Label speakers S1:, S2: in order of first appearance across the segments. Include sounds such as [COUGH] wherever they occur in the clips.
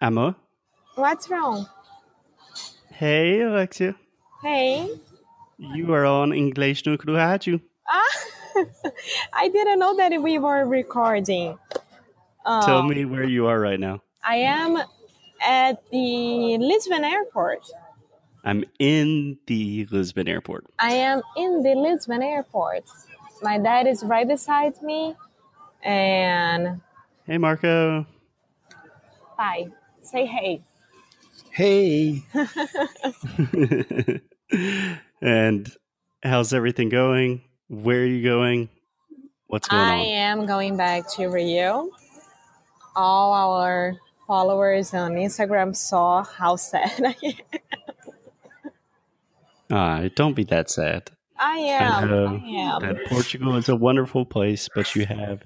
S1: Emma.
S2: What's wrong?
S1: Hey, Alexia.
S2: Hey.
S1: You are on English no Cru Rádio.
S2: Ah, [LAUGHS] I didn't know that we were recording. Um,
S1: Tell me where you are right now.
S2: I am at the Lisbon airport.
S1: I'm in the Lisbon airport.
S2: I am in the Lisbon airport. My dad is right beside me. And
S1: Hey, Marco.
S2: hi. Say hey.
S3: Hey,
S1: [LAUGHS] and how's everything going? Where are you going? What's going
S2: I
S1: on?
S2: am going back to Rio. All our followers on Instagram saw how sad [LAUGHS] I am.
S1: Ah, don't be that sad. I
S2: I am.
S1: know
S2: I am.
S1: that Portugal is a wonderful place, but you have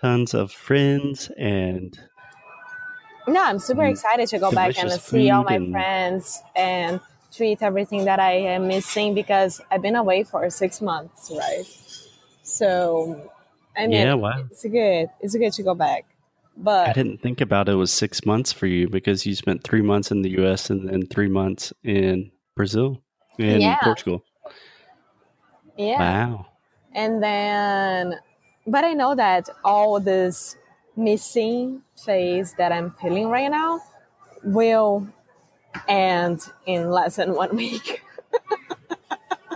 S1: tons of friends and
S2: No, I'm super
S1: Mm.
S2: excited to go back and
S1: Delicious
S2: see all
S1: food
S2: my
S1: and-
S2: friends and treat everything that I am missing because I've been away for six months, right? So, I mean,
S1: yeah, wow.
S2: it's good. It's good to go back.
S1: I
S2: But
S1: didn't think about it was six months for you because you spent three months in the U.S. and then three months in Brazil and
S2: Yeah.
S1: Portugal.
S2: yeah.
S1: Wow.
S2: And then, but I know that all this missing phase that I'm feeling right now will end in less than one [LAUGHS] week.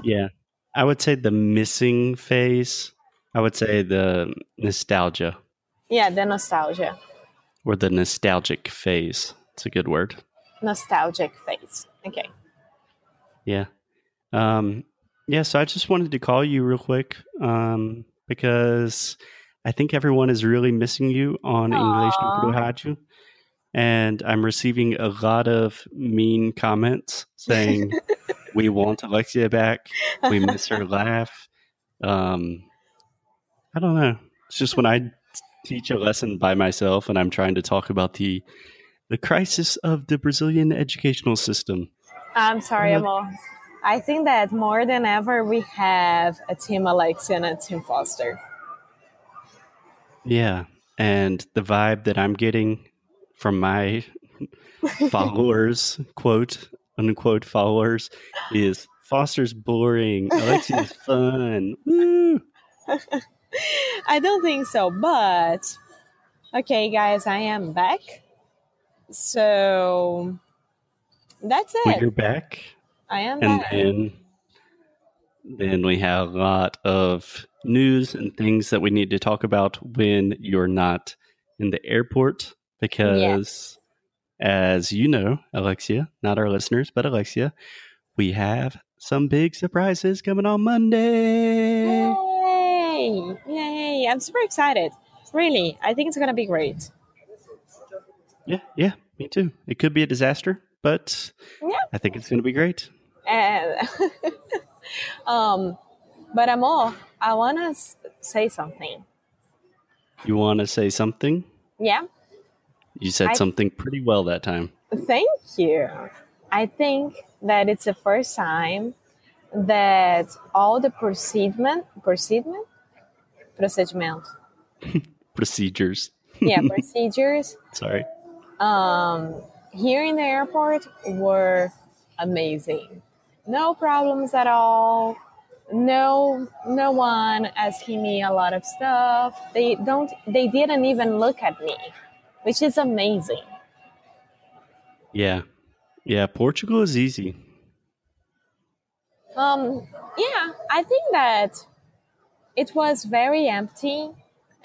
S1: Yeah. I would say the missing phase. I would say the nostalgia
S2: yeah, the nostalgia,
S1: or the nostalgic phase. It's a good word.
S2: nostalgic phase. Okay.
S1: Yeah. Um, yeah. So I just wanted to call you real quick um, because I think everyone is really missing you on English no
S2: Aw.
S1: Kuro Haju. And I'm receiving a lot of mean comments saying, we want Alexia back. We miss her laugh. Um, I don't know. It's just when I teach a lesson by myself and I'm trying to talk about the the crisis of the Brazilian educational system.
S2: I'm sorry,
S1: Uh,
S2: Amor. I think that more than ever, we have a team Alexia and a team Foster.
S1: Yeah. And the vibe that I'm getting from my followers, quote unquote followers, is Foster's boring. Alexia's fun. Woo.
S2: I don't think so, but okay, guys, I am back. So that's
S1: Well,
S2: it.
S1: you're back.
S2: I am
S1: And
S2: back.
S1: then then we have a lot of news and things that we need to talk about when you're not in the airport because as you know, Alexia, not our listeners, but Alexia, we have some big surprises coming on Monday.
S2: Yay! Yay! I'm super excited. Really, I think it's gonna be great.
S1: Yeah, yeah, me too. It could be a disaster, but
S2: Yeah.
S1: I think it's going to be great.
S2: And Uh, [LAUGHS] um, but Amor, I wanna s- say something.
S1: You want to say something?
S2: Yeah.
S1: You said
S2: I-
S1: something pretty well that time.
S2: Thank you. I think that it's the first time that all the procediment, procediment, procediment,
S1: Procedures.
S2: yeah, procedures
S1: Sorry.
S2: um, here in the airport were amazing. No problems at all. No, no one asking me a lot of stuff. They don't. They didn't even look at me, which is amazing.
S1: Yeah. Yeah, Portugal is easy.
S2: Um, yeah, I think that it was very empty,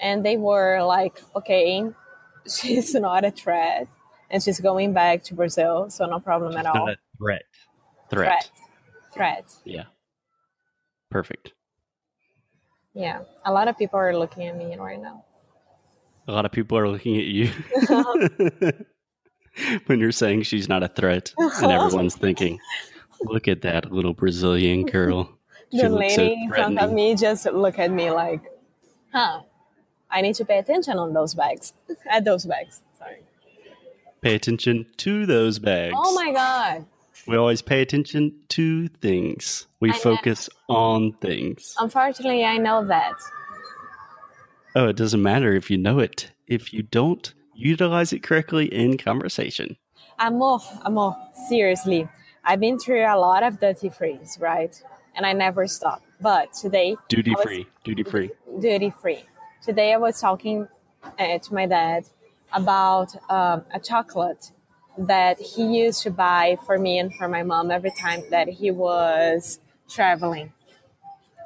S2: and they were like, okay, [LAUGHS] she's not a threat, and she's going back to Brazil, so no problem at all.
S1: Not a threat. Threat.
S2: Threat. Threat.
S1: Yeah. Perfect.
S2: Yeah, a lot of people are looking at me right now.
S1: A lot of people are looking at you [LAUGHS] when you're saying she's not a threat, and
S2: [LAUGHS]
S1: everyone's thinking, "Look at that little Brazilian girl." She
S2: the
S1: looks so
S2: lady in front of
S1: threatening.
S2: me just look at me like, huh, I need to pay attention on those bags. At those bags, sorry.
S1: Pay attention to those bags.
S2: Oh my God,
S1: We always pay attention to things. We
S2: I know. Um,
S1: focus on things.
S2: unfortunately, I know that.
S1: Oh, it doesn't matter if you know it. If you don't, utilize it correctly in conversation.
S2: Amor, amor, seriously. I've been through a lot of dirty frees, right? And I never stop. But today,
S1: Duty
S2: I was-
S1: free, duty free.
S2: duty free. Today I was talking uh, to my dad about um, a chocolate that he used to buy for me and for my mom every time that he was traveling.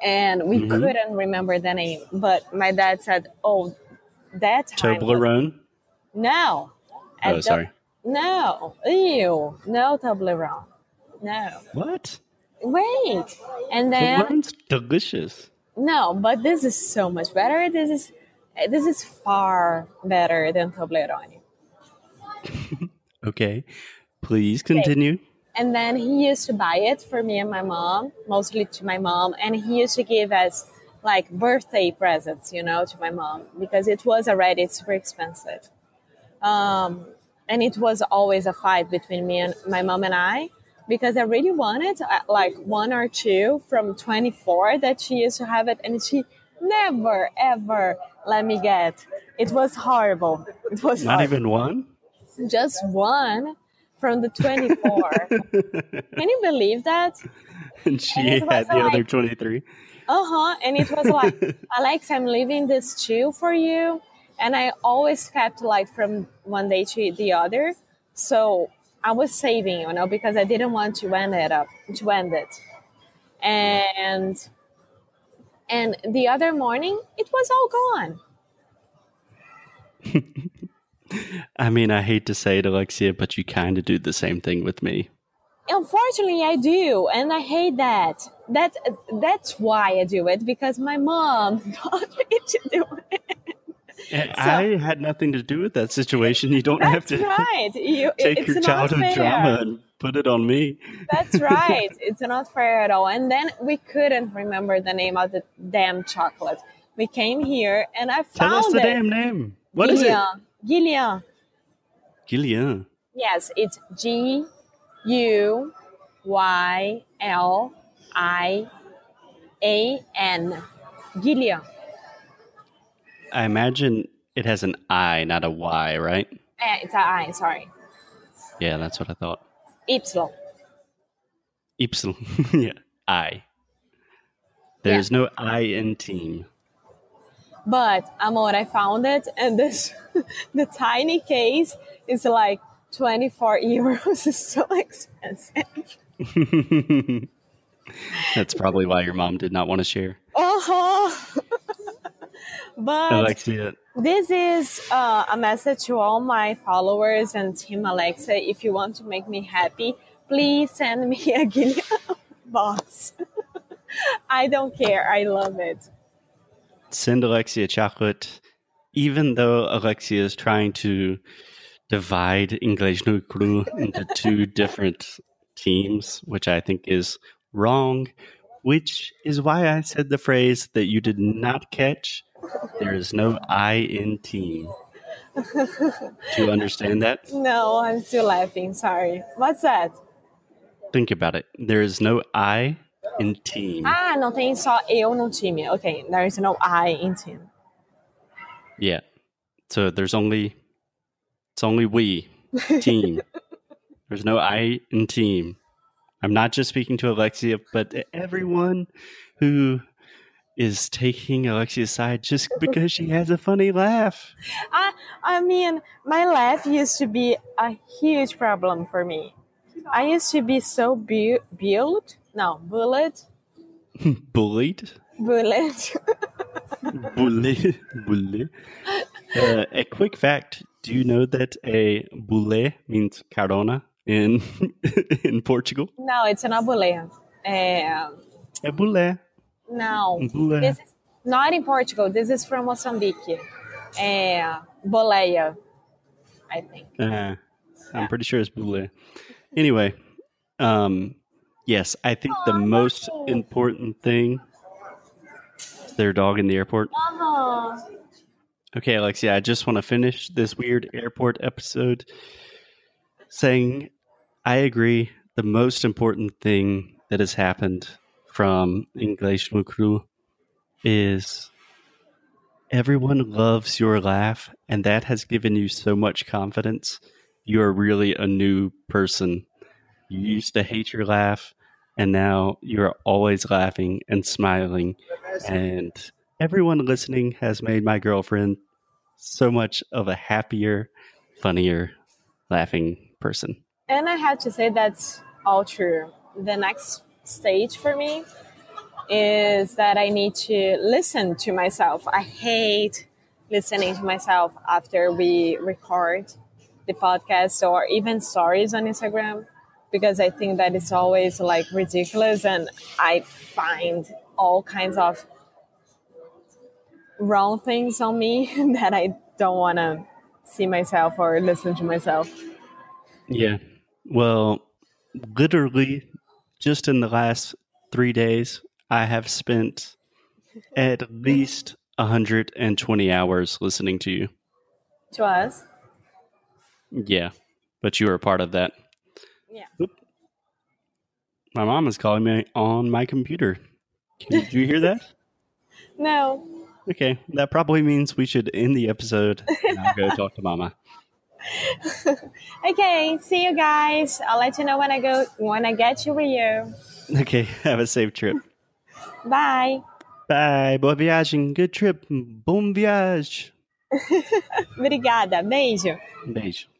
S2: And we
S1: Mhm.
S2: couldn't remember the name, but my dad said, "Oh, that time." was-
S1: Toblerone.
S2: No. I
S1: Oh,
S2: don't-
S1: sorry.
S2: No. Ew. No Toblerone. No.
S1: What?
S2: Wait. And then
S1: Toblerone's delicious.
S2: No, but this is so much better. This is this is far better than Toblerone.
S1: Okay, please continue.
S2: And then he used to buy it for me and my mom, mostly to my mom, and he used to give us like birthday presents, you know, to my mom because it was already super expensive. Um, and it was always a fight between me and my mom and I because I really wanted uh, like one or two from 24 that she used to have it, and she never ever let me get. It was horrible. It was
S1: Not
S2: horrible
S1: even one. [LAUGHS]
S2: just one from the 24. Can you believe that?
S1: And she
S2: And it was
S1: had the other
S2: like-
S1: twenty-three.
S2: Uh huh. And it was like, Alex, I'm leaving this chew for you. And I always kept like from one day to the other. So I was saving, you know, because I didn't want to end it up to end it. And and the other morning it was all gone.
S1: I mean, I hate to say it, Alexia, but you kind of do the same thing with me.
S2: unfortunately i do and i hate that that that's why i do it because my mom [LAUGHS] taught me to do
S1: [LAUGHS]
S2: it
S1: And I had nothing to do with that situation. You don't have
S2: that's
S1: to
S2: right you,
S1: [LAUGHS] take
S2: it's
S1: your
S2: not
S1: childhood
S2: fair.
S1: drama and put it on me. [LAUGHS]
S2: that's right it's not fair at all and then we couldn't remember the name of the damn chocolate we came here and i found
S1: Tell us the
S2: it
S1: damn name. What is it?
S2: Gillian. Gillian.
S1: Gillian.
S2: yes it's g u y l i a n Gillian.
S1: I imagine it has an I, not a Y, right?
S2: Eh, it's a I, sorry.
S1: Yeah, that's what I thought.
S2: Ypsilon.
S1: Ypsilon. [LAUGHS] yeah, I. There's no I in team.
S2: But Amor, I found it, and this [LAUGHS] the tiny case is like 24 [LAUGHS] euros. It's so expensive.
S1: That's probably why your mom did not want to share.
S2: Uh-huh. [LAUGHS] but
S1: Alexia,
S2: this is uh, a message to all my followers and Team Alexa. If you want to make me happy, please send me [LAUGHS] a Gilead box. [LAUGHS] I don't care. I love it.
S1: send Alexia chocolate, even though Alexia is trying to divide English no crew into two different teams, which I think is wrong, which is why I said the phrase that you did not catch. There is no I in team. Do you understand that?
S2: No, I'm still laughing. Sorry. What's that?
S1: Think about it. There is no I in team.
S2: Ah, não tem só eu no time. Okay, there is no I in team.
S1: Yeah. So there's only it's only we team. there's no I in team. I'm not just speaking to Alexia, but everyone who is taking Alexia's side just because she has a funny laugh.
S2: I, Ah, I mean, my laugh used to be a huge problem for me. I used to be so bu- built, no, bullet,
S1: Bullied,
S2: bullet.
S1: bully, [LAUGHS] bully. Uh, a quick fact: Do you know that a bulé means carona in [LAUGHS] in Portugal?
S2: [LAUGHS] no, it's an abulé. Um,
S1: A bulé,
S2: no,
S1: Bulé.
S2: this is not in Portugal. This is from Mozambique. Uh, boleia, I think.
S1: Uh, I'm pretty sure it's Boule. Anyway, um, yes, I think the most important thing is their dog in the airport.
S2: Uh-huh.
S1: Okay, Alexia, I just want to finish this weird airport episode saying I agree. The most important thing that has happened from English Lucru is Everyone loves your laugh, and that has given you so much confidence. You are really a new person. You used to hate your laugh, and now you're always laughing and smiling. And everyone listening has made my girlfriend so much of a happier, funnier, laughing person.
S2: And I have to say that's all true. The next stage for me is that I need to listen to myself. I hate listening to myself after we record the podcast or even stories on Instagram because I think that it's always like ridiculous and I find all kinds of wrong things on me [LAUGHS] that I don't want to see myself or listen to myself.
S1: Yeah. Well, literally, just in the last three days, I have spent at least 120 hours listening to you.
S2: To us?
S1: Yeah. But you were a part of that.
S2: Yeah.
S1: Oop. My mom is calling me on my computer. Did you hear that?
S2: No.
S1: Okay, that probably means we should end the episode and I'll go talk to mama.
S2: Okay, see you guys. I'll let you know when I go when I get to Rio.
S1: [LAUGHS] Okay, have a safe trip.
S2: Bye.
S1: Bye, boa viagem, good trip, bom viagem.
S2: Obrigada. Beijo.
S1: Beijo.